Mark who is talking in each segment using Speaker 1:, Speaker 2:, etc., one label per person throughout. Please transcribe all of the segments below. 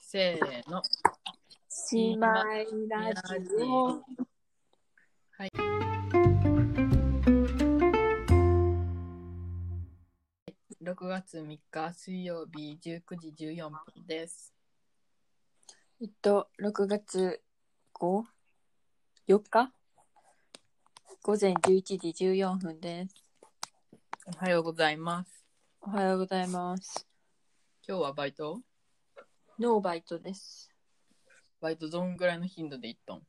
Speaker 1: せーの。
Speaker 2: 姉妹ラジオ。
Speaker 1: はい。6月3日水曜日19時14分です。
Speaker 2: えっと、6月5、4日午前11時14分です。
Speaker 1: おはようございます。
Speaker 2: おはようございます。
Speaker 1: 今日はバイト
Speaker 2: ノーバイトです。
Speaker 1: バイトどんぐらいの頻度で行ったん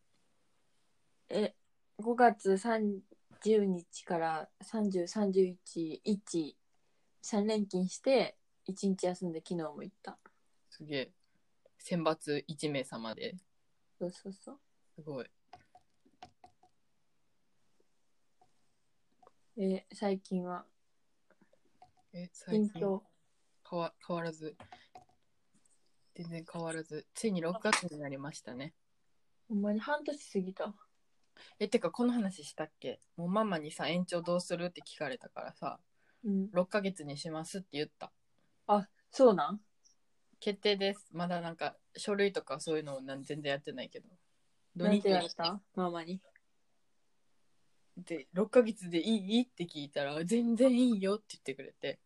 Speaker 2: え、5月30日から30、31、1、3連勤して、1日休んで昨日も行った。
Speaker 1: すげえ。選抜1名様で。
Speaker 2: そうそうそう。
Speaker 1: すごい。
Speaker 2: え、最近は、
Speaker 1: え、最
Speaker 2: 緊
Speaker 1: 近
Speaker 2: 張。
Speaker 1: 変わ変わらず。全然変わらず。ついに6月になりましたね。
Speaker 2: ほんまに半年過ぎた。
Speaker 1: え、てかこの話したっけもうママにさ、延長どうするって聞かれたからさ、
Speaker 2: うん。
Speaker 1: 6ヶ月にしますって言った。
Speaker 2: あ、そうなん
Speaker 1: 決定です。まだなんか書類とかそういうのなん全然やってないけど。土
Speaker 2: なん
Speaker 1: 日
Speaker 2: て言われたママに。
Speaker 1: で6ヶ月でいいって聞いたら、全然いいよって言ってくれて。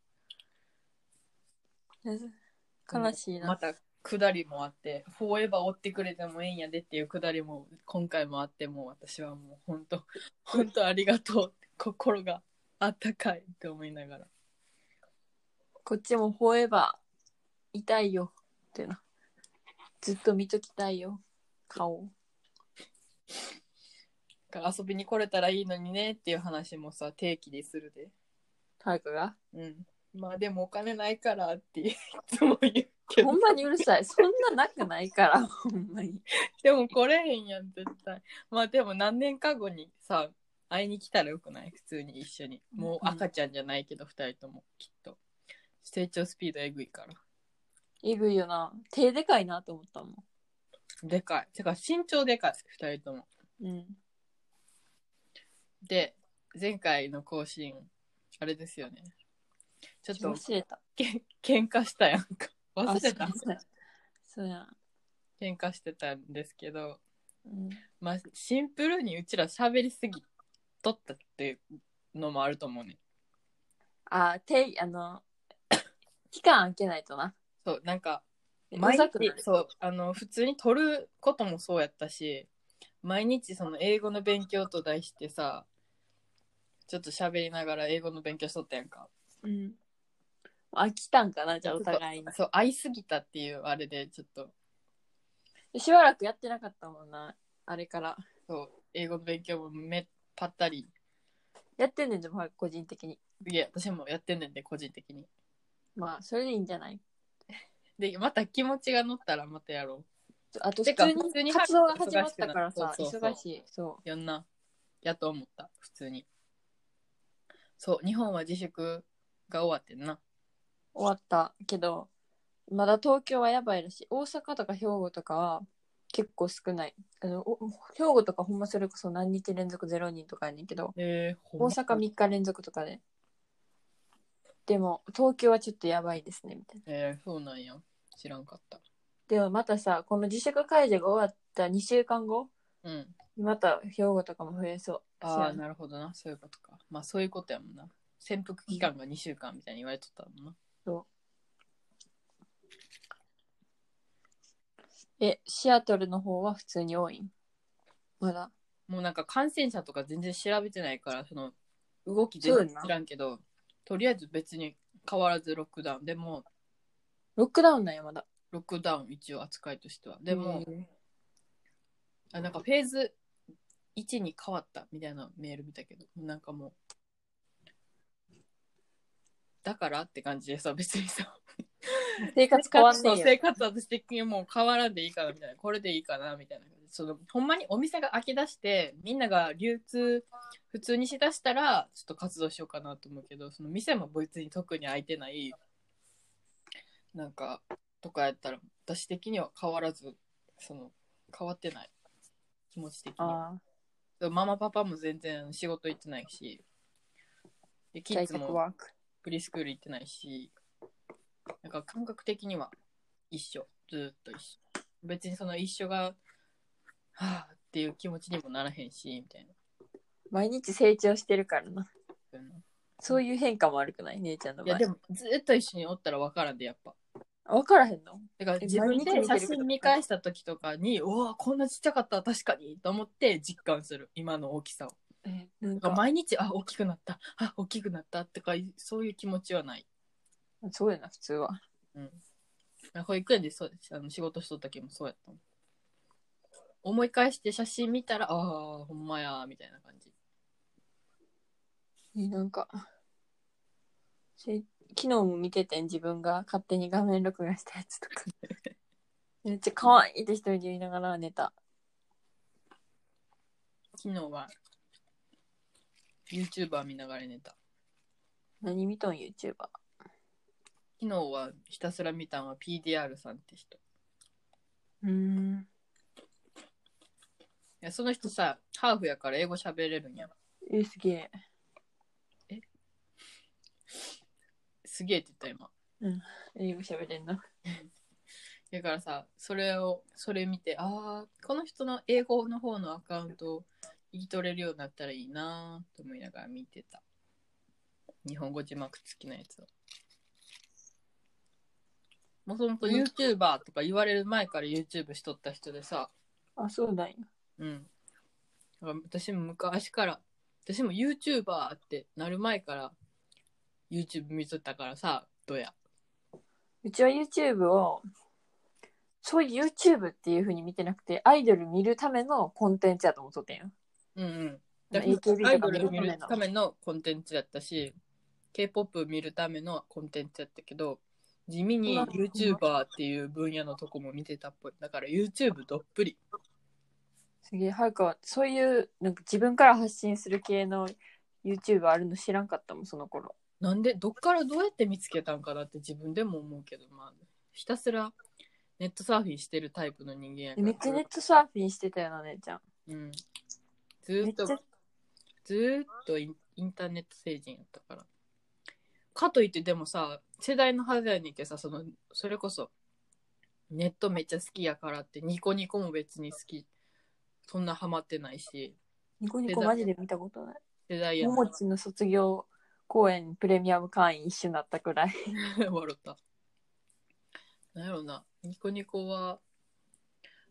Speaker 2: 悲しいな。
Speaker 1: また下りもあって、フォーエバー追ってくれてもええんやでっていう下りも今回もあって、もう私はもう本当、本当ありがとう。心があったかいって思いながら。
Speaker 2: こっちもフォーエバー痛いよってな。ずっと見ときたいよ。顔を。
Speaker 1: だから遊びに来れたらいいのにねっていう話もさ、定期でするで。
Speaker 2: タイが。
Speaker 1: うん。まあでもお金ないからっていつも言う け
Speaker 2: ほ
Speaker 1: ど
Speaker 2: ん。まにうるさい。そんななくないから、ほんまに。
Speaker 1: でも来れへんやん、絶対。まあでも何年か後にさ、会いに来たらよくない普通に一緒に。もう赤ちゃんじゃないけど、二人とも、きっと。成長スピードえぐいから。
Speaker 2: えぐいよな。手でかいなと思ったもん。
Speaker 1: でかい。てか身長でかい、二人とも。
Speaker 2: うん。
Speaker 1: で、前回の更新、あれですよね。ちょっと
Speaker 2: 忘れた。
Speaker 1: けん喧嘩したやんか。
Speaker 2: あ
Speaker 1: 忘れた
Speaker 2: そうそうそうや
Speaker 1: 喧嘩してたんですけど、
Speaker 2: うん。
Speaker 1: まあシンプルにうちら喋りすぎとったっていうのもあると思うね。
Speaker 2: あ、手、あの、 期間空けないとな。
Speaker 1: そう、なんか、
Speaker 2: う
Speaker 1: 毎
Speaker 2: ざくな
Speaker 1: 日
Speaker 2: る
Speaker 1: そうあの普通に撮ることもそうやったし毎日その英語の勉強と題してさちょっと喋りながら英語の勉強しとったやんか
Speaker 2: うん。飽きたんかな、じゃあお互い
Speaker 1: そう会いすぎたっていうあれでちょっと
Speaker 2: に。しばらくやってなかったもんな。あれから。
Speaker 1: そう英語の勉強もめぱったり
Speaker 2: やってんねんでも、個人的に。
Speaker 1: いや私もやってんねんで個人的に
Speaker 2: まあ、それでいいんじゃない
Speaker 1: でまた気持ちが乗ったらまたやろ
Speaker 2: あと、
Speaker 1: て
Speaker 2: 普
Speaker 1: か
Speaker 2: 通
Speaker 1: 普通に
Speaker 2: に活動が始まったからさ、
Speaker 1: 忙しくなる
Speaker 2: 忙しい。そう
Speaker 1: やんなやと思った普通にそう日本は自粛が終わってんな
Speaker 2: う。終わったけど、まだ東京はやばいらしい。大阪とか兵庫とかは結構少ない。あの、お兵庫とかほんまそれこそ何日連続0人とかやねんけど、
Speaker 1: えー、
Speaker 2: 大阪3日連続とかで。でも、東京はちょっとやばいですね、みたいな。
Speaker 1: えー、そうなんや。知らんかった。
Speaker 2: でもまたさ、この自粛解除が終わった2週間後、
Speaker 1: うん。
Speaker 2: また兵庫とかも増えそう。
Speaker 1: ああ、
Speaker 2: そうやな
Speaker 1: なるほどな。そういうことか。まあ、そういうことやもんな。潜伏期間が2週間みたいに言われとったもんな。
Speaker 2: え、シアトルの方は普通に多いんまだ。
Speaker 1: もうなんか感染者とか全然調べてないから、その、動き全然
Speaker 2: そうやな
Speaker 1: 知らんけど、とりあえず別に変わらずロックダウン。でも、
Speaker 2: ロックダウンなんや、まだ。
Speaker 1: ロックダウン一応扱いとしては。でも、
Speaker 2: うん
Speaker 1: あなんかフェーズ1に変わったみたいなメール見たけど、なんかもう、だからって感じでさ、別にさ。
Speaker 2: 生活変わんねえ
Speaker 1: そう
Speaker 2: よ
Speaker 1: 生活私的にもう変わらんでいいかなみたいなこれでいいかなみたいなそのほんまにお店が開き出してみんなが流通普通にしだしたらちょっと活動しようかなと思うけどその店も別に特に開いてないなんかとかやったら私的には変わらずその変わってない気持ち的には
Speaker 2: ああ
Speaker 1: ママパパも全然仕事行ってないしでキッ
Speaker 2: 在
Speaker 1: ズも
Speaker 2: 宅ワーク
Speaker 1: プリスクール行ってないし、なんか感覚的には一緒、ずーっと一緒。別にその一緒が、はぁっていう気持ちにもならへんし、みたい
Speaker 2: 毎日成長してるからな。
Speaker 1: な。
Speaker 2: そういう変化も悪くない、姉ちゃんの
Speaker 1: い
Speaker 2: 場
Speaker 1: や、
Speaker 2: 合
Speaker 1: で。もずっと一緒におったらわからんで、やっぱ。
Speaker 2: 分からへんの
Speaker 1: だから
Speaker 2: え
Speaker 1: 自分で
Speaker 2: 毎日見て
Speaker 1: 写
Speaker 2: るけど
Speaker 1: 真見返した時とかに、うわぁこんなちっちゃかった、確かに、と思って実感する、今の大きさを。
Speaker 2: えなん
Speaker 1: だから
Speaker 2: か、
Speaker 1: 毎日、あ、大きくなった、あ、大きくなったとか、そういう気持ちはない。
Speaker 2: そうやな、普通は。
Speaker 1: 保育園でそうですあの仕事しとった時もそうやったもん思い返して写真見たらああほんまやみたいな感じ
Speaker 2: えなんか、せ昨日も見ててん、自分が勝手に画面録画したやつ とか。めっちゃ可愛いって一人で言いながら寝た。
Speaker 1: 昨日は YouTuber 見ながら寝た
Speaker 2: 何見とん、YouTuber。
Speaker 1: 昨日はひたすら見たのは PDR さんって人いう
Speaker 2: ーん。
Speaker 1: やその人さハーフやから英語喋れるんや
Speaker 2: え、すげえ。
Speaker 1: すげえって言った今
Speaker 2: 英語喋れんな。
Speaker 1: だからさそれをそれ見てああこの人の英語の方のアカウントを言い取れるようになったらいいなーと思いながら見てた日本語字幕付きのやつをもともと YouTuber とか言われる前から YouTube しとった人でさ
Speaker 2: あ、そうなんや。
Speaker 1: うんだから私も昔から私も YouTuber ってなる前から YouTube 見とったからさどうや
Speaker 2: うちは YouTube を、そういう YouTube っていう風に見てなくて、アイドル見るためのコンテンツやと思っとってんよ。
Speaker 1: うんうん。だ
Speaker 2: まあ
Speaker 1: か
Speaker 2: AKB
Speaker 1: らアイ
Speaker 2: と
Speaker 1: ド
Speaker 2: か見
Speaker 1: ル
Speaker 2: る
Speaker 1: を見るた
Speaker 2: た
Speaker 1: めのコンテンツだったし、K-POP 見るためのコンテンツやったけど、地味に
Speaker 2: うわほんま
Speaker 1: YouTuber っていう分野のとこも見てたっぽい。だから YouTube どっぷり。
Speaker 2: すげえ、はるかは、そういう、なんか自分から発信する系の YouTube あるの知らんかったもん、その頃。
Speaker 1: なんで、どっからどうやって見つけたんかなって自分でも思うけど、まあ、ひたすらネットサーフィンしてるタイプの人間や
Speaker 2: え
Speaker 1: から。
Speaker 2: めっちゃネットサーフィンしてたよな、姉ちゃん。
Speaker 1: うん。ず
Speaker 2: め
Speaker 1: ー
Speaker 2: っ
Speaker 1: っ
Speaker 2: ちゃ
Speaker 1: と、ずーっとインインターネット成人やったから。かといってでもさ、世代のはずやねんけどさ、その、それこそ、ネットめっちゃ好きやからって、ニコニコも別に好き、そんなハマってないし、
Speaker 2: ニコニコマジで見たことない。
Speaker 1: 世代や
Speaker 2: も
Speaker 1: な
Speaker 2: もちの卒業公演プレミアム会員一緒になったくらい。
Speaker 1: 笑った。なんやろな、ニコニコは、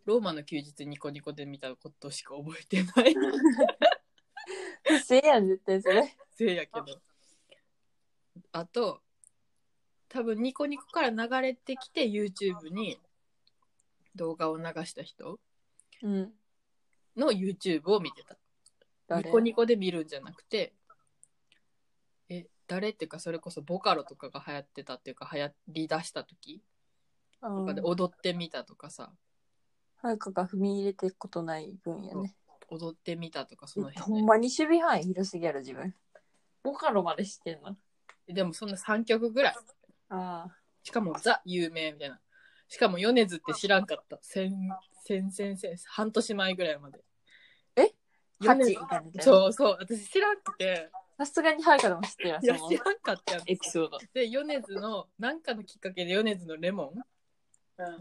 Speaker 1: ローマの休日ニコニコで見たことしか覚えてない。
Speaker 2: せいやん、絶対それ。
Speaker 1: せいやけど。あと、多分ニコニコから流れてきて YouTube に動画を流した人
Speaker 2: うん。
Speaker 1: の YouTube を見てた。ニコニコで見るんじゃなくて、え、誰っていうかそれこそボカロとかが流行ってたっていうか流行り出した時
Speaker 2: コ
Speaker 1: とかで踊ってみたとかさ、
Speaker 2: はるかが踏み入れてことない分やね。
Speaker 1: 踊ってみたとかその
Speaker 2: ほ
Speaker 1: 辺
Speaker 2: ん
Speaker 1: で。
Speaker 2: まに守備範囲広すぎやろ、自分。ボカロまでしてんの。
Speaker 1: でもそんな3曲ぐらい。
Speaker 2: ああ。
Speaker 1: しかもザ有名みたいな。しかも米津って知らんかった。先、先々先半年前ぐらいまで。
Speaker 2: ハチみたいなやつ。
Speaker 1: そうそう、私知らんくて、
Speaker 2: さすがにはるかでも知ってるわ
Speaker 1: いや、
Speaker 2: その
Speaker 1: 知らんかったやん。
Speaker 2: エピソード。
Speaker 1: で、米津の、なんかのきっかけで米津のレモ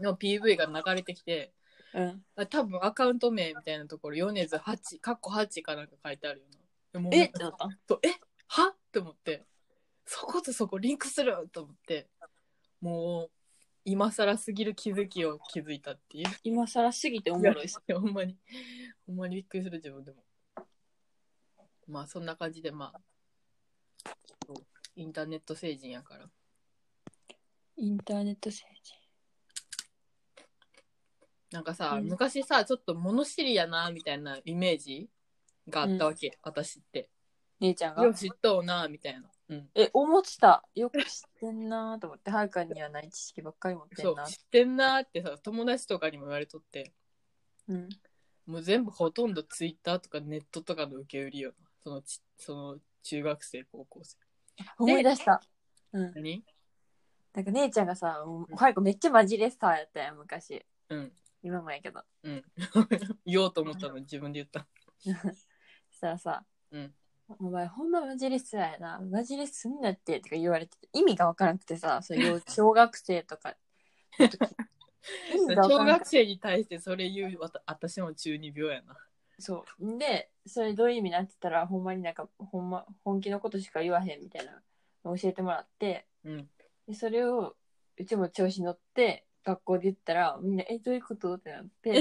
Speaker 1: ンの PV が流れてきて、
Speaker 2: うん。
Speaker 1: あ多分アカウント名みたいなところ、米津8、かっこ8かなんか書いてあるよな。でもう
Speaker 2: えってなった
Speaker 1: そうえはって思って、そことそこリンクすると思って、もう、今更すぎる気づきを気づいたっていう。
Speaker 2: 今更すぎておもろいっす。
Speaker 1: い やほんまに、ほんまにびっくりする自分でも。まあそんな感じで、まあ、そうインターネット成人やから。
Speaker 2: インターネット政治。
Speaker 1: なんかさ、
Speaker 2: うん
Speaker 1: 昔さ、ちょっと物知りやな、みたいなイメージがあったわけ、私って。
Speaker 2: 姉ちゃん
Speaker 1: よう
Speaker 2: が。
Speaker 1: 知っとうな、みたいな。うん。
Speaker 2: え、思ってた。よく知ってんなーと思って、はるかにはない知識ばっかり持って
Speaker 1: そ
Speaker 2: ん
Speaker 1: う
Speaker 2: な、。
Speaker 1: 知ってんなーってさ、友達とかにも言われとって、
Speaker 2: うん。
Speaker 1: もう全部ほとんどツイッターとかネットとかの受け売りよな。そのち、その中学生、高校生。
Speaker 2: 思い出した。うん。
Speaker 1: 何
Speaker 2: なんか姉ちゃんがさ、もうはるかめっちゃマジレスターやったやん、昔。
Speaker 1: うん。
Speaker 2: 今もやけど。
Speaker 1: 言おうと思ったのに自分で言った。
Speaker 2: そしたらさ、
Speaker 1: うん
Speaker 2: お前ほんまマジレスやな、マジレスすんなっ て とか言われてて、意味がわからなくてさ、そういう小学生とかの時、意味味がわか
Speaker 1: 小
Speaker 2: んない
Speaker 1: 学生に対してそれ言うわた私も中二病やな。
Speaker 2: そう。で、それどういう意味なって言ったら、ほんまになんか、ほんま、本気のことしか言わへんみたいなのを教えてもらって、
Speaker 1: うん。
Speaker 2: でそれを、うちも調子乗って、学校で言ったら、みんな、え、どういうことって なって、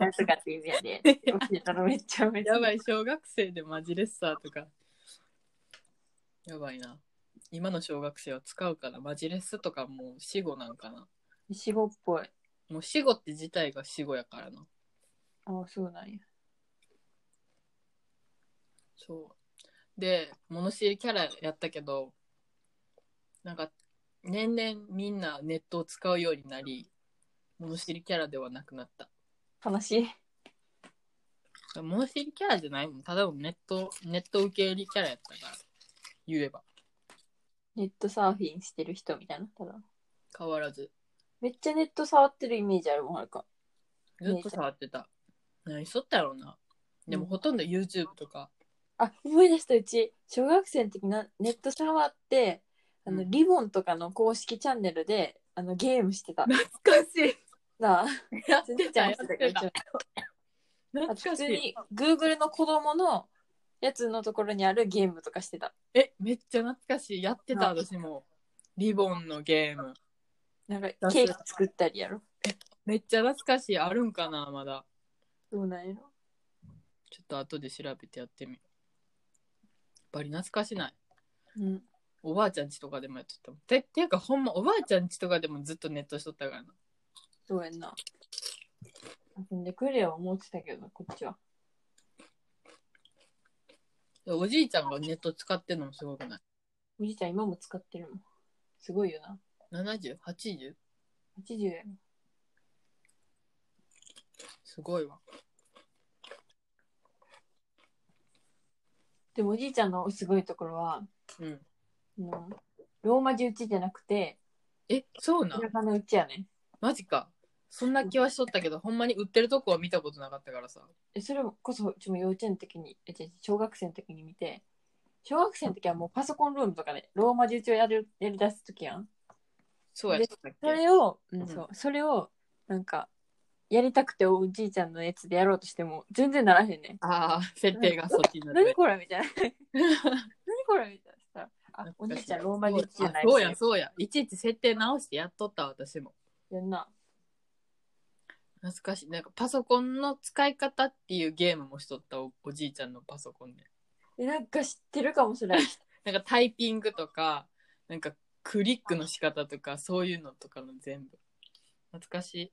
Speaker 2: なんとかって意味やで、って教えたらめっちゃめっちゃ。
Speaker 1: やばい、小学生でマジレッサーとか。やばいな。今の小学生は使うから、マジレスとかもう死語なんかな。
Speaker 2: 死後っぽい。
Speaker 1: もう死語って自体が死語やからな。
Speaker 2: ああ、そうなんや。
Speaker 1: そう。で、物知りキャラやったけど、なんか、年々みんなネットを使うようになり、物知りキャラではなくなった。
Speaker 2: 悲しい。
Speaker 1: 物知りキャラじゃないもん。ただのネット、ネット受け売りキャラやったから、言えば。
Speaker 2: ネットサーフィンしてる人みたいな。ただ。
Speaker 1: 変わらず。
Speaker 2: めっちゃネット触ってるイメージあるもん、はるか。
Speaker 1: ずっと触ってた。何しとったやろうな。でも
Speaker 2: うん
Speaker 1: ほとんど YouTube とか。
Speaker 2: あ、思い出した、うち、小学生の時な、ネット触って、あの、
Speaker 1: うん
Speaker 2: リボンとかの公式チャンネルで、あの、ゲームしてた。
Speaker 1: 懐かしい。
Speaker 2: なあ、
Speaker 1: やっ
Speaker 2: 全
Speaker 1: て
Speaker 2: 然ちゃ
Speaker 1: た、
Speaker 2: ん
Speaker 1: や
Speaker 2: して
Speaker 1: ったてた。
Speaker 2: あ
Speaker 1: 懐
Speaker 2: と普
Speaker 1: かし
Speaker 2: 通
Speaker 1: い。
Speaker 2: に Google の子供のやつのところにあるゲームとかしてた。
Speaker 1: え、めっちゃ懐かしい。やってた、
Speaker 2: あ
Speaker 1: 私も。リボンのゲーム。
Speaker 2: なんか
Speaker 1: そう
Speaker 2: ケーキ作ったりやろ。
Speaker 1: めっちゃ懐かしい。あるんかな、まだ。
Speaker 2: そうなんやろ。
Speaker 1: ちょっと後で調べてやってみる。やっぱり懐かしない。
Speaker 2: うん。
Speaker 1: おばあちゃんちとかでもやっとったもん。てっていうか、ほんま、おばあちゃんちとかでもずっとネットしとったからな。
Speaker 2: そうやんな。遊んでくれよ、思ってたけどな、こっちは。
Speaker 1: でおじいちゃんがネット使ってんのもすごくない
Speaker 2: おじいちゃん今も使ってるもん。すごいよな。
Speaker 1: ?70?80?
Speaker 2: 80やろ。
Speaker 1: すごいわ。
Speaker 2: でもおじいちゃんのすごいところは、
Speaker 1: うん。
Speaker 2: もうローマ字打ちじゃなくて、
Speaker 1: え、そうな
Speaker 2: ひ
Speaker 1: ん
Speaker 2: らがな打ちやねん。
Speaker 1: マジか。そんな気はしとったけど、ほんまに売ってるとこは見たことなかったからさ。
Speaker 2: えそれこそ、うちも幼稚園の時に、え違う違う小学生の時に見て、小学生の時はもうパソコンルームとかでローマ字打ちをやるやり出す時やん。
Speaker 1: そうやったっ
Speaker 2: そ
Speaker 1: け
Speaker 2: れを、
Speaker 1: ん
Speaker 2: そうそれをなんかやりたくておじいちゃんのやつでやろうとしても全然ならへんねん。
Speaker 1: ああ、設定がそっちになって
Speaker 2: 何。これみた いな。何これみたいなそしたら。あおじいちゃんローマ字打ちじゃない
Speaker 1: あそうや、そうや。いちいち設定直してやっとった、私も。
Speaker 2: やんな。
Speaker 1: 懐かしい。なんかパソコンの使い方っていうゲームもしとったおおじいちゃんのパソコンで。
Speaker 2: えなんか知ってるかもしれない。
Speaker 1: なんかタイピングとか、なんかクリックの仕方とか、そういうのとかの全部。懐かしい。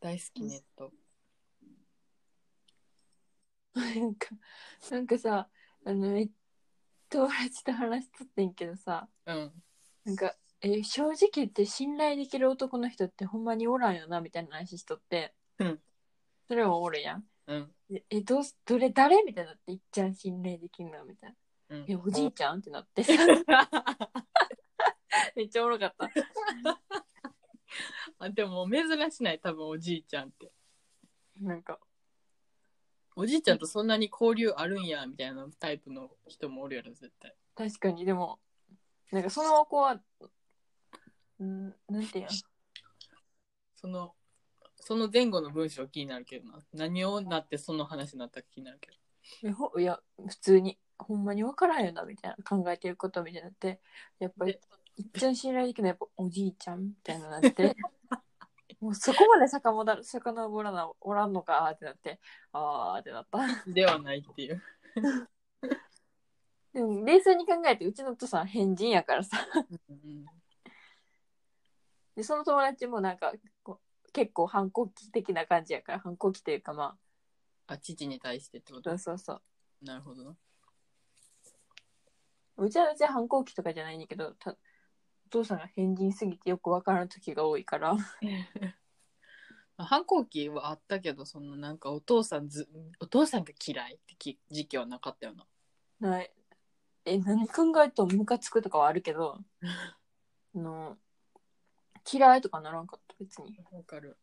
Speaker 1: 大好きネット。
Speaker 2: なんかなんかさあのえ友達と話しとってんけどさ
Speaker 1: うん。
Speaker 2: なんかえ正直言って信頼できる男の人ってほんまにおらんよなみたいな話しとって、
Speaker 1: うん
Speaker 2: それもおるやん。
Speaker 1: うん。
Speaker 2: でえどうすどれ誰みたいになっていっちゃん信頼できんのみたいな
Speaker 1: うん
Speaker 2: 「えおじいちゃん?」ってなって めっちゃおもろかった
Speaker 1: あでも珍しない多分おじいちゃんって
Speaker 2: なんか
Speaker 1: おじいちゃんとそんなに交流あるんやみたいなタイプの人もおるやろ絶対
Speaker 2: 確かにでもなんかその子はうんなんていうの
Speaker 1: そのその前後の文章気になるけどな何をなってその話になったか気になるけど
Speaker 2: いやほいや普通にほんまに分からんよなみたいな考えてることみたいになってやっぱり
Speaker 1: で
Speaker 2: いっちゃん信頼できるのはやっぱおじいちゃんみたいになってもうそこまでさかもださかのぼらなおらんのかってなってあーってなった
Speaker 1: ではないっていう
Speaker 2: でも冷静に考えてうちのお父さん変人やからさ
Speaker 1: うん
Speaker 2: でその友達もなんかこう結構反抗期的な感じやから反抗期というかま
Speaker 1: あ父に対してってこ
Speaker 2: あそ
Speaker 1: と
Speaker 2: うそうそ
Speaker 1: なるほどな
Speaker 2: ううちはうちは反抗期とかじゃないんだけどたお父さんが変人すぎてよくわからん時が多いから
Speaker 1: 反抗期はあったけどそのなんかお父さんずお父さんが嫌いってき時期はなかったよな
Speaker 2: ないえ何考えてもムカつくとかはあるけどあの嫌いとかならんかった別に
Speaker 1: わかる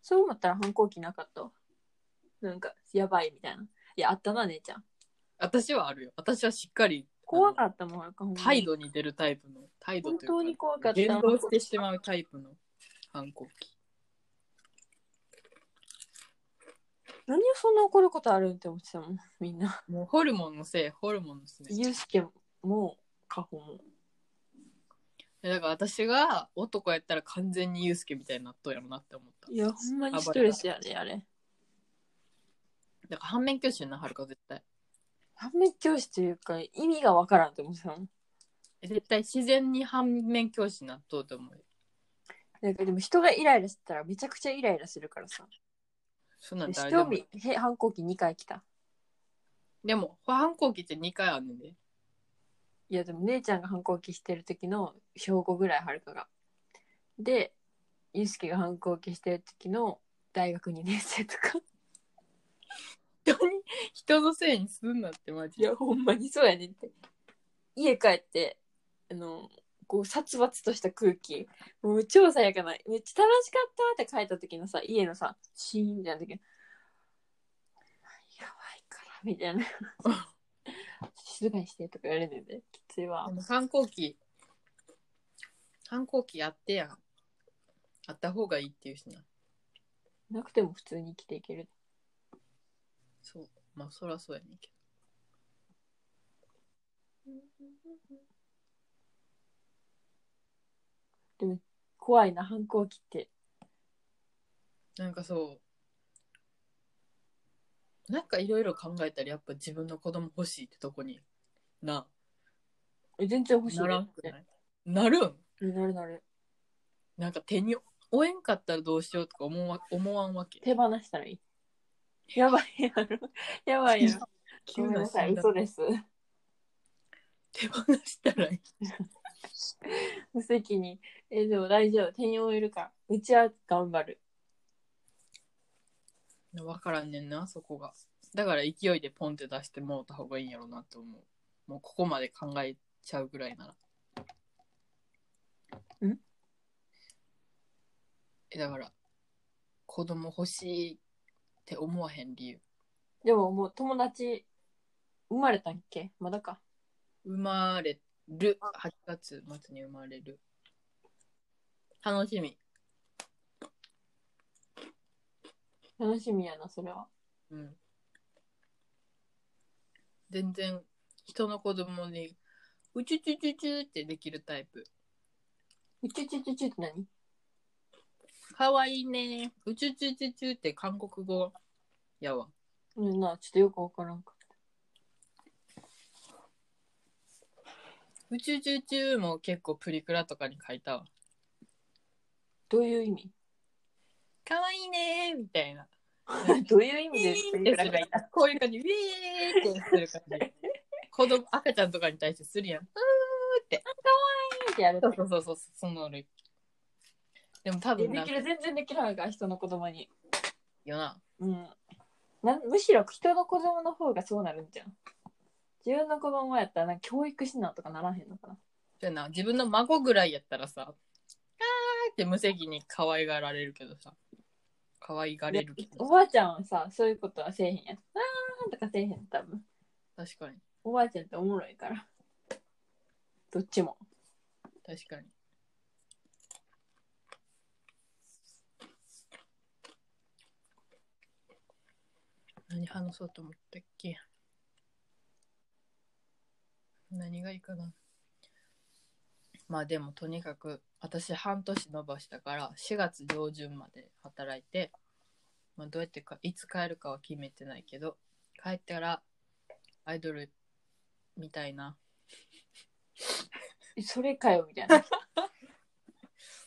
Speaker 2: そう思ったら反抗期なかったわなんかやばいみたいないやあったな姉ちゃん
Speaker 1: 私はあるよ。私はしっかり。
Speaker 2: 怖
Speaker 1: っ
Speaker 2: かったもん、赤本。
Speaker 1: た。態度に出るタイプの。態度という
Speaker 2: 本
Speaker 1: か。
Speaker 2: 当に怖かった。
Speaker 1: 言動してしまうタイプの反抗期。
Speaker 2: 何をそんな怒ることあるんって思ってたもん、みんな。
Speaker 1: もうホルモンのせい、ホルモンのせい。
Speaker 2: ゆうすけも、かほも。
Speaker 1: えだから私が男やったら完全にユうスケみたいになっとうやろなって思った。
Speaker 2: いや、ほんまにストレスやで、あれ。
Speaker 1: だから反面教師になはるか絶対。
Speaker 2: 反面教師というか、意味がわからんって思ってたもん。
Speaker 1: え絶対自然に反面教師になっとうと思うよ。
Speaker 2: なんかでも人がイライラしてたらめちゃくちゃイライラするからさ。
Speaker 1: そんなん誰で
Speaker 2: 一
Speaker 1: も。
Speaker 2: 人、へ反抗期2回来た。
Speaker 1: でも反抗期って2回あんねんで。
Speaker 2: いや、でも姉ちゃんが反抗期してる時の小5ぐらい、はるかが。で、ゆうすけが反抗期してる時の大学2年生とか。
Speaker 1: 人に人のせいにすんなってマジ
Speaker 2: い
Speaker 1: で。
Speaker 2: や、ほんまにそうやねんって。家帰って、あの、こう、殺伐とした空気。もう超最悪な。めっちゃ楽しかったって帰った時のさ、家のさ、シーンみたいな時に、やばいから、みたいな。 静かにしてとか言われるんで、きついわ
Speaker 1: で。も反抗期、反抗期やってやん。あった方がいいっていうしな。
Speaker 2: なくても普通に生きていける。
Speaker 1: そう。まあそらそうやねんけど。
Speaker 2: 怖いな、反抗期って。
Speaker 1: なんかそう、なんかいろいろ考えたらやっぱ自分の子供欲しいってとこにな、
Speaker 2: え全然欲しい
Speaker 1: ならんく
Speaker 2: ね
Speaker 1: ないなるん
Speaker 2: うんなるなる。
Speaker 1: なんか手に負えんかったらどうしようとか思わ思わんわけ。
Speaker 2: 手放したらいい。やばいや ろ。やばいやろ。ご
Speaker 1: 急
Speaker 2: めん
Speaker 1: な
Speaker 2: なさい、
Speaker 1: 診断
Speaker 2: 嘘です。
Speaker 1: 手放したらいい。
Speaker 2: 無責任。え、でも大丈夫。転用いるから。うちは頑張る。
Speaker 1: わからんねんな、そこが。だから勢いでポンって出してもうた方がいいんやろうなって思う。もうここまで考えちゃうぐらいなら。
Speaker 2: ん
Speaker 1: え、だから、子供欲しいって思わへん理由。
Speaker 2: でももう友達、生まれたっけまだか。
Speaker 1: 生まれる。8月末に生まれる。楽しみ。
Speaker 2: 楽しみやな、それは。
Speaker 1: うん。全然、人の子供に、うちゅちゅちゅちゅってできるタイプ。
Speaker 2: うちゅちゅちゅちゅって何
Speaker 1: かわいいね。うちゅちゅちゅちゅって韓国語やわ。
Speaker 2: うんな、ちょっとよくわからんか。
Speaker 1: うちゅちゅちゅも結構プリクラとかに書いたわ。
Speaker 2: どういう意味
Speaker 1: かわいいねみたいな。
Speaker 2: どういう意
Speaker 1: ウィ
Speaker 2: 味で
Speaker 1: ーンってする
Speaker 2: いた
Speaker 1: こういう感じ、ウィーンってする感じ。子供、赤ちゃんとかに対してするやん。うーって。
Speaker 2: ってやる
Speaker 1: そ
Speaker 2: と
Speaker 1: う。そうそうそう、その類。でも多
Speaker 2: えで
Speaker 1: 分なん
Speaker 2: き
Speaker 1: か
Speaker 2: る、全然できないから、人の子供に。
Speaker 1: よな。
Speaker 2: うん。なむしろ人の子供の方がそうなるんじゃん。自分の子供やったら、なんか教育しなとかならへんのかな。
Speaker 1: そうやな自分の孫ぐらいやったらさ、あーって無責任に可愛がられるけどさ。可愛がれるけど
Speaker 2: お
Speaker 1: さ。
Speaker 2: ばあちゃんはさ、そういうことはせえへんやん。あーんとかせえへん、多分。
Speaker 1: 確かに。
Speaker 2: おばあちゃんっておもろいから。どっちも。
Speaker 1: 確かに。何話そうと思ったっけ何がいいかなまあでもとにかく私半年延ばしたから4月上旬まで働いて、まあ、どうやってかいつ帰るかは決めてないけど帰ったらアイドルみたいな
Speaker 2: それかよ、みたい な。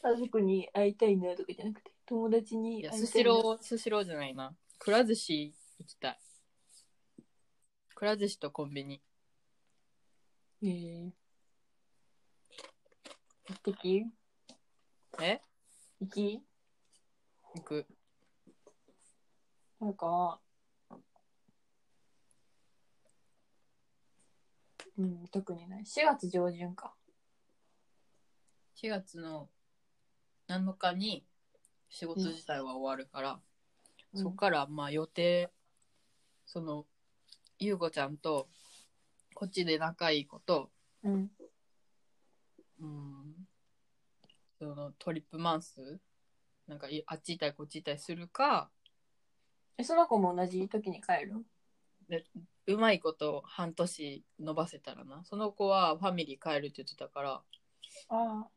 Speaker 2: 家族に会いたいなとかじゃなくて、友達
Speaker 1: い
Speaker 2: に
Speaker 1: や、
Speaker 2: 会
Speaker 1: ス
Speaker 2: いた
Speaker 1: シ
Speaker 2: いな。
Speaker 1: ロー、スシローじゃないな。くら寿司行きたい。くら寿司とコンビニ。
Speaker 2: えー、行ってき
Speaker 1: え
Speaker 2: 行き
Speaker 1: 行く。
Speaker 2: なんか、うん、特にない。4月上旬か。
Speaker 1: 4月の7日に仕事自体は終わるから、そこからまあ予定、その、ゆうこちゃんとこっちで仲いい子と、
Speaker 2: うん。
Speaker 1: うん、そのトリップマンスなんかいあっち行ったりこっち行ったりするか
Speaker 2: え、その子も同じ時に帰る
Speaker 1: うまいこと半年伸ばせたらなその子はファミリー帰るって言ってたから
Speaker 2: ああ。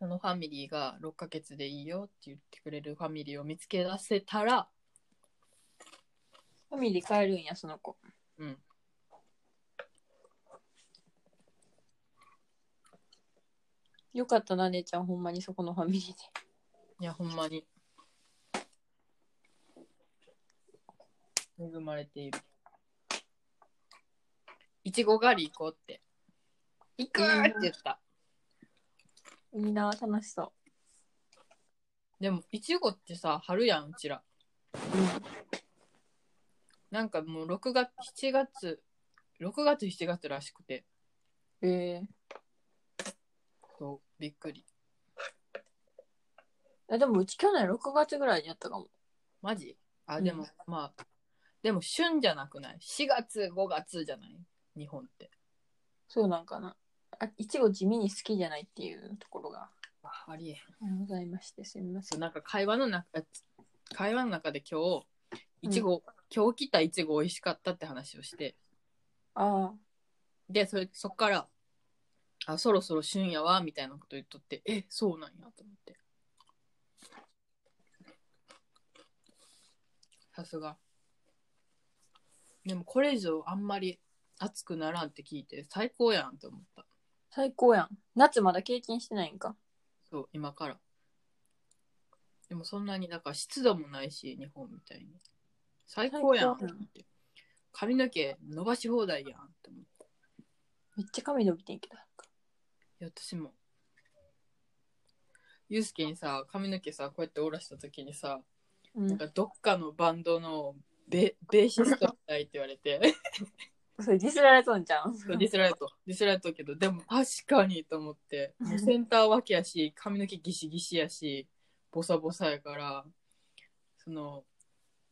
Speaker 1: そのファミリーが6ヶ月でいいよって言ってくれるファミリーを見つけ出せたら
Speaker 2: ファミリー帰るんや、その子。
Speaker 1: うん。
Speaker 2: よかったな、姉ちゃん、ほんまにそこのファミリーで。
Speaker 1: いやほんまに恵まれているいちご狩り行こうって行くーって言った
Speaker 2: いいな、楽しそ
Speaker 1: でもいちごってさ春やんうちら
Speaker 2: う。う
Speaker 1: なんかもう6月7月6月7月らしくて
Speaker 2: ん。え
Speaker 1: そうびっくり
Speaker 2: えでもうち去年6月ぐらいにやったかも。
Speaker 1: マジあ
Speaker 2: うん
Speaker 1: でも、まあでも旬じゃなくない4月5月じゃない日本って
Speaker 2: そうなんかな。あいちご地味に好きじゃないっていうところが
Speaker 1: あありえへん
Speaker 2: ございまして、すみませ。
Speaker 1: そうんなんか会話の中会話の中で今日いちご、今日来たいちご美味しかったって話をして
Speaker 2: ああ。
Speaker 1: でそれそっからあそろそろ旬やわみたいなこと言っとってえそうなんやと思ってさすがでもこれ以上あんまり暑くならんって聞いて最高やんと思った
Speaker 2: 最高やん。夏まだ経験してないんか。
Speaker 1: そう今からでもそんなにだから湿度もないし日本みたいに最高やんと
Speaker 2: 最
Speaker 1: 思
Speaker 2: 高
Speaker 1: って髪の毛伸ばし放題やんって思って
Speaker 2: めっちゃ髪伸びてんけど。
Speaker 1: いや私もゆうすけにさ髪の毛さこうやって下ろした時にさ、
Speaker 2: う
Speaker 1: なんかどっかのバンドのベベーシストみたいって言われて
Speaker 2: それディスられとんじゃん。
Speaker 1: ディスられたディスられたけどでも確かにと思ってもうセンター分けやし髪の毛ギシギシやしボサボサやからその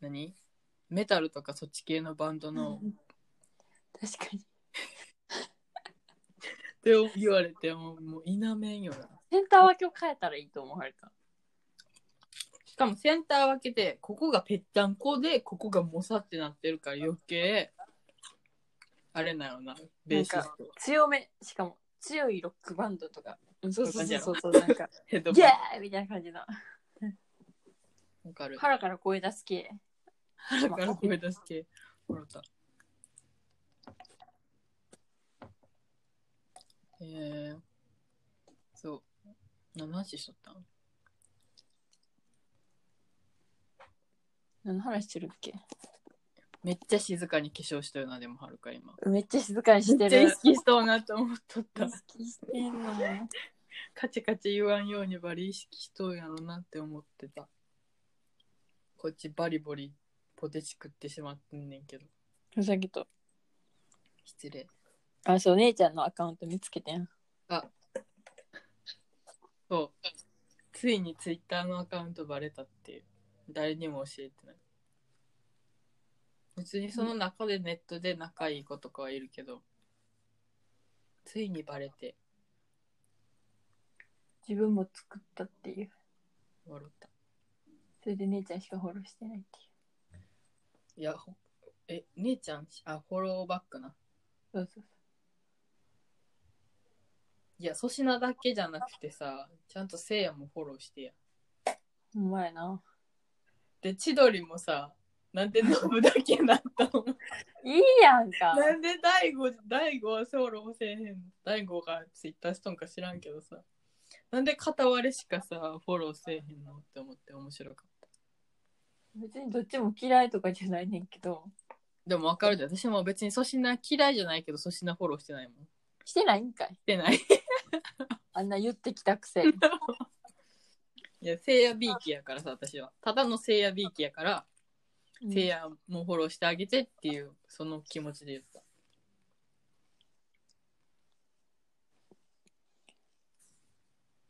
Speaker 1: 何メタルとかそっち系のバンドの
Speaker 2: 確かに。
Speaker 1: って言われてもうもう否めんよな
Speaker 2: センター分けを変えたらいいと思われた。
Speaker 1: しかもセンター分けでここがぺったんこでここがもさってなってるから余計あれなよなベーシスト
Speaker 2: 強め、しかも強いロックバンドとか。そうそうそうそうそう、 なんか、
Speaker 1: ヘッド
Speaker 2: イ
Speaker 1: バ
Speaker 2: エ
Speaker 1: ン
Speaker 2: ーイみたいな感じの。
Speaker 1: ドわかる
Speaker 2: 腹から声出す系。
Speaker 1: 腹から声出してもらったえー、そう何の話しとったん
Speaker 2: 何の話してるっけ
Speaker 1: めっちゃ静かに化粧したよなでもはるか今
Speaker 2: めっちゃ静かにし
Speaker 1: め
Speaker 2: て
Speaker 1: っちゃ
Speaker 2: る。
Speaker 1: 意識しそうなと思っとった
Speaker 2: 意識してんの。
Speaker 1: カチカチ言わんようにバリ意識しとんやろなって思ってたこっちバリバリポテチ食ってしまってんねんけど
Speaker 2: ふざけと。
Speaker 1: 失礼
Speaker 2: あ、そう、姉ちゃんのアカウント見つけてん。
Speaker 1: そうついにツイッターのアカウントバレたっていう誰にも教えてない別にその中でネットで仲いい子とかはいるけどついにバレて
Speaker 2: 自分も作ったっていう。
Speaker 1: 笑った
Speaker 2: それで姉ちゃんしかフォローしてないってい
Speaker 1: いやほえ姉ちゃんあフォローバックな
Speaker 2: う。そうそう
Speaker 1: いや粗品だけじゃなくてさちゃんとせいやもフォローしてや
Speaker 2: そう。うまいな。
Speaker 1: で千鳥もさなんでノブだけなったの
Speaker 2: いいやんか。
Speaker 1: なんで大悟大悟はソロもせえへんの大悟がツイッターしとんか知らんけどさなんで片割れしかさフォローせえへんのって思って面白かった
Speaker 2: 別にどっちも嫌いとかじゃないねんけど。
Speaker 1: でもわかるで私も別に粗品嫌いじゃないけど粗品フォローしてないもん
Speaker 2: してないんかい。
Speaker 1: してない
Speaker 2: あんな言ってきたくせ。
Speaker 1: いやせいや B 期やからさ私はただのせいや B 期やからせいやもフォローしてあげてっていうその気持ちで言った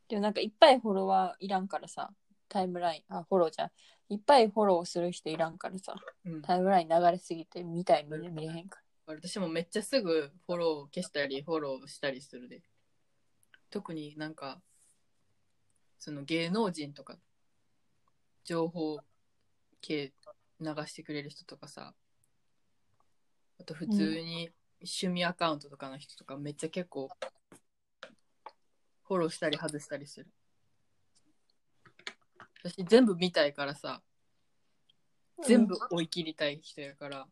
Speaker 2: でもなんかいっぱいフォロワーいらんからさ。タイムライン、あ、フォローじゃん。いっぱいフォローする人いらんからさ。
Speaker 1: うん
Speaker 2: タイムライン流れすぎて見たい目で見れへんか
Speaker 1: 私もめっちゃすぐフォローを消したりフォローしたりするで特になんかその芸能人とか情報系流してくれる人とかさあと普通に趣味アカウントとかの人とかめっちゃ結構フォローしたり外したりする私全部見たいからさ全部追い切りたい人やから、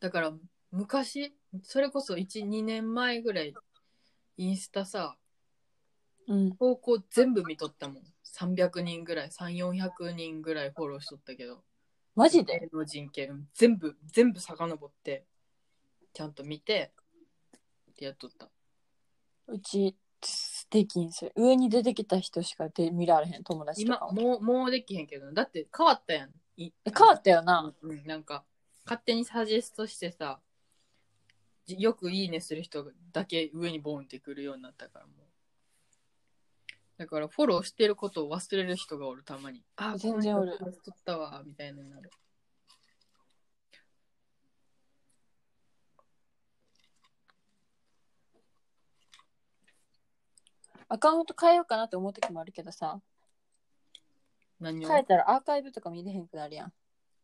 Speaker 1: だから昔それこそ12年前ぐらいインスタさ
Speaker 2: うん。
Speaker 1: 投稿全部見とったもん300人ぐらい3400人ぐらいフォローしとったけど
Speaker 2: マジで
Speaker 1: 芸能人系全部全部遡ってちゃんと見てってやっとった
Speaker 2: うち、ステーキにする。上に出てきた人しかで見られへん、友達と
Speaker 1: 今
Speaker 2: かも。
Speaker 1: もうもうできへんけどなだって変わったやんい
Speaker 2: え変わったよな。
Speaker 1: うん、なんか勝手にサジェストしてさじよく「いいね」する人だけ上にボンってくるようになったからもうだからフォローしてることを忘れる人がおるたまにあ
Speaker 2: 全然おる
Speaker 1: この人フォローしとったわみたいなになる
Speaker 2: アカウント変えようかなって思う時もあるけどさ、
Speaker 1: 何を
Speaker 2: 変えたらアーカイブとか見れへんくなるやん。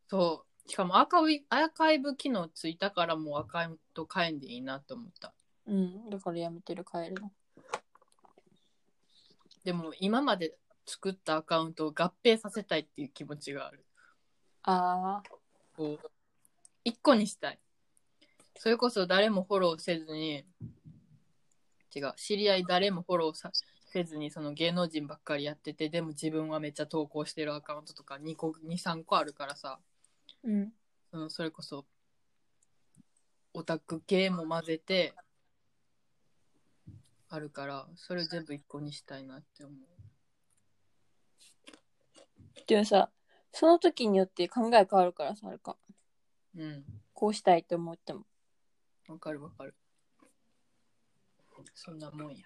Speaker 1: そうしかもアーカイブアーカイブ機能ついたからもうアカウント変えんでいいなと思った
Speaker 2: うん。だからやめてる、変えるの。
Speaker 1: でも今まで作ったアカウントを合併させたいっていう気持ちがある
Speaker 2: ああ。
Speaker 1: こう、一個にしたい。それこそ誰もフォローせずに、違う、知り合い誰もフォローさせずに、その芸能人ばっかりやってて、でも自分はめっちゃ投稿してるアカウントとか2個、2、3個あるからさ、
Speaker 2: うん。
Speaker 1: そのそれこそ、オタク系も混ぜて、あるから、それ全部一個にしたいなって思う。
Speaker 2: でもさ、その時によって考え変わるからさ、あれか。
Speaker 1: うん。
Speaker 2: こうしたいって思っても。
Speaker 1: わかるわかる。そんなもんや。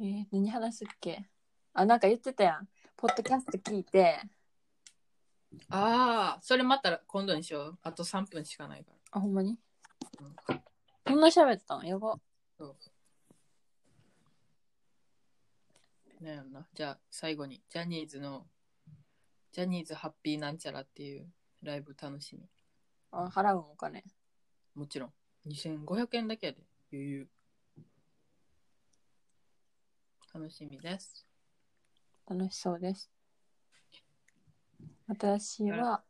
Speaker 2: えー、何話すっけあ、なんか言ってたやん。ポッドキャスト聞いて、
Speaker 1: ああ、それまた今度にしよう。あと3分しかないか
Speaker 2: あ、ほんまに
Speaker 1: ら。
Speaker 2: そんな喋ってたのやば。
Speaker 1: なんやろな。じゃあ最後に、ジャニーズの、ジャニーズハッピーなんちゃらっていうライブ楽しみ。
Speaker 2: あ、払うんお金。
Speaker 1: もちろん。2500円だけやで。余裕。楽しみです。
Speaker 2: 楽しそうです。私は、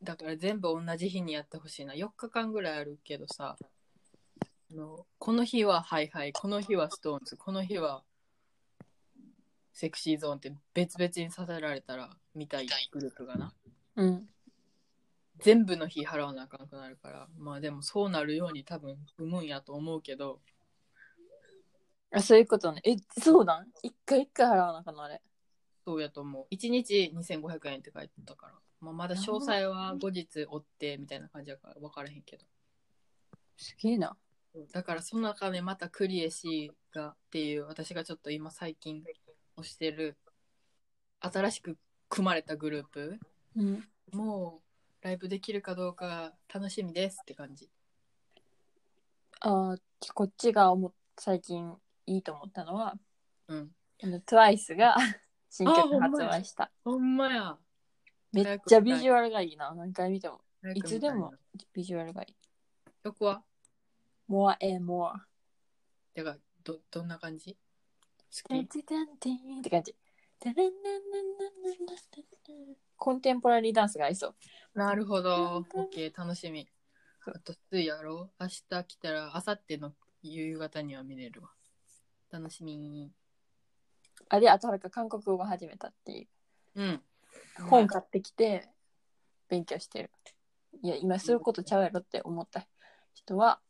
Speaker 1: だから全部同じ日にやってほしいな。4日間ぐらいあるけどさ、あのこの日はハイハイ、この日はストーンズ、この日はセクシーゾーンって別々にさせられたら見たいグループがな。
Speaker 2: うん。
Speaker 1: 全部の日払わなあかんくなるから、まあでもそうなるように多分産むんやと思うけど、
Speaker 2: あ、そういうことね。え、そうなん一回一回払わなあかんのあれ。
Speaker 1: そうやと思う。1日2500円って書いてたから、まあ、まだ詳細は後日追ってみたいな感じやから分からへんけど。
Speaker 2: すげえな。
Speaker 1: だからその中でまたクリエシーがっていう私がちょっと今最近推してる新しく組まれたグループ
Speaker 2: うん。
Speaker 1: もうライブできるかどうか楽しみですって感じ
Speaker 2: あーこっちが思っ最近いいと思ったのは、
Speaker 1: うん
Speaker 2: あの、TWICE が新
Speaker 1: あほ
Speaker 2: 曲
Speaker 1: んま
Speaker 2: 発
Speaker 1: や
Speaker 2: 売した。
Speaker 1: ほんまや
Speaker 2: めっちゃビジュアルがいいな。何回見ても。いつでもビジュアルがいい。
Speaker 1: 曲は
Speaker 2: More and More。
Speaker 1: だからどどんな感じ好
Speaker 2: ダ
Speaker 1: き
Speaker 2: ンティダンティーンって感じ。ダランランランランランランランコンテンポラリーダンスが合いそう。
Speaker 1: なるほど OK 楽しみあとついやろう明日来たら明後日の夕方には見れるわ楽しみ
Speaker 2: あれ、あとはるか韓国語が始めたっていう。
Speaker 1: うん
Speaker 2: 本買ってきて勉強してる。いや、今することちゃうやろって思った人は、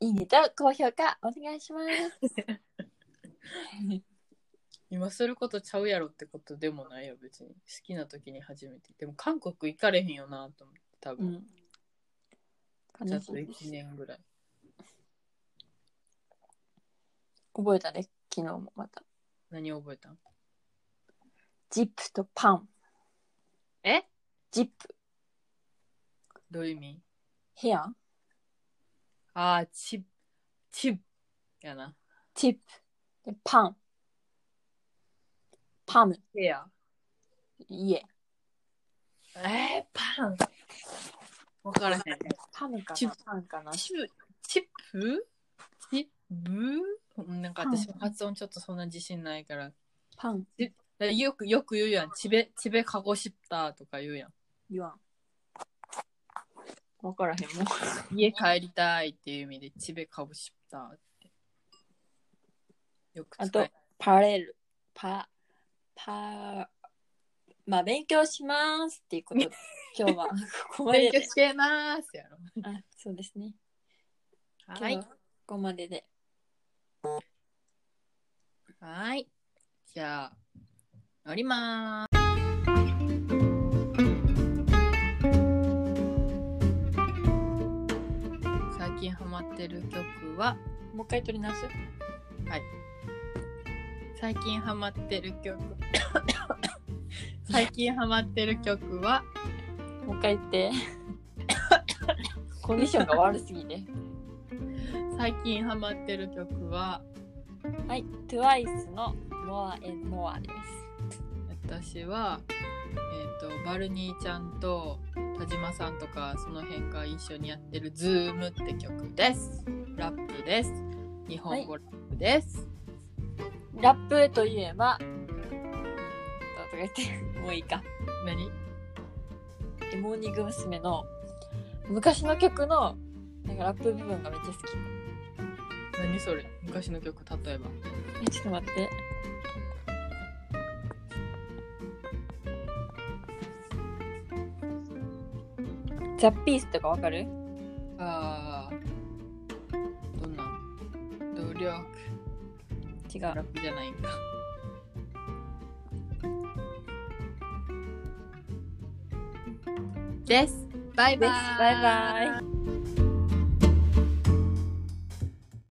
Speaker 2: いいねと高評価お願いします。
Speaker 1: 今することちゃうやろってことでもないよ別に好きな時に初めてでも韓国行かれへんよなと思って多
Speaker 2: う
Speaker 1: 分、
Speaker 2: ん。
Speaker 1: ちょ
Speaker 2: 悲
Speaker 1: っ
Speaker 2: し
Speaker 1: と
Speaker 2: い
Speaker 1: 1
Speaker 2: です
Speaker 1: 年ぐらい
Speaker 2: 覚えたね、昨日もまた。
Speaker 1: 何覚えたん
Speaker 2: ジップとパン。
Speaker 1: え
Speaker 2: ジップ
Speaker 1: どういう意味
Speaker 2: ヘア
Speaker 1: ああ、チッ、チッ、やな。
Speaker 2: チップでパンパム
Speaker 1: ヘア。
Speaker 2: いえ
Speaker 1: えー、パン。わからへん。
Speaker 2: パムか
Speaker 1: チッ
Speaker 2: なパンかな
Speaker 1: チップ、チップチップうんなんか私も発音ちょっとそんな自信ないから。
Speaker 2: パン
Speaker 1: だからよく、よく言うやん。チベ、チベカゴシッターとか言うや
Speaker 2: 言わんわからへんもん
Speaker 1: ん。家帰りたいっていう意味で、チベカゴシッターって。よく
Speaker 2: あ
Speaker 1: 使
Speaker 2: と
Speaker 1: う。、
Speaker 2: パレル、パ、パ、まあ、勉強しますっていうこと で、今日はここまで
Speaker 1: 勉強
Speaker 2: で
Speaker 1: し。てまーすやろ。
Speaker 2: あそうですね。今
Speaker 1: は
Speaker 2: 日
Speaker 1: い
Speaker 2: は。ここまでで。
Speaker 1: はい。じゃあ、乗りまーす。最近ハマってる曲は、
Speaker 2: もう一回取り直す
Speaker 1: 最近ハマってる 曲。最近ハマってる曲は、
Speaker 2: もう一回言って。 コンディションが悪すぎて。
Speaker 1: 最近ハマってる曲は、
Speaker 2: はい、TWICE の More and More です。
Speaker 1: 私は、えっ、と、バルニーちゃんと田島さんとか、その辺が一緒にやってるズームって曲です。ラップです。日本語ラップです。
Speaker 2: ラップといえば、どうとか言って、もういいか。
Speaker 1: 何
Speaker 2: えモーニング娘。の昔の曲のなんかラップ部分がめっちゃ好き。
Speaker 1: 何それ昔の曲例えば
Speaker 2: えちょっと待って。ザ・ピースとかわかる
Speaker 1: あーどんな努力
Speaker 2: 違
Speaker 1: ラ
Speaker 2: う。
Speaker 1: ップじゃないんかですバイバ
Speaker 2: です
Speaker 1: イ
Speaker 2: バイバイ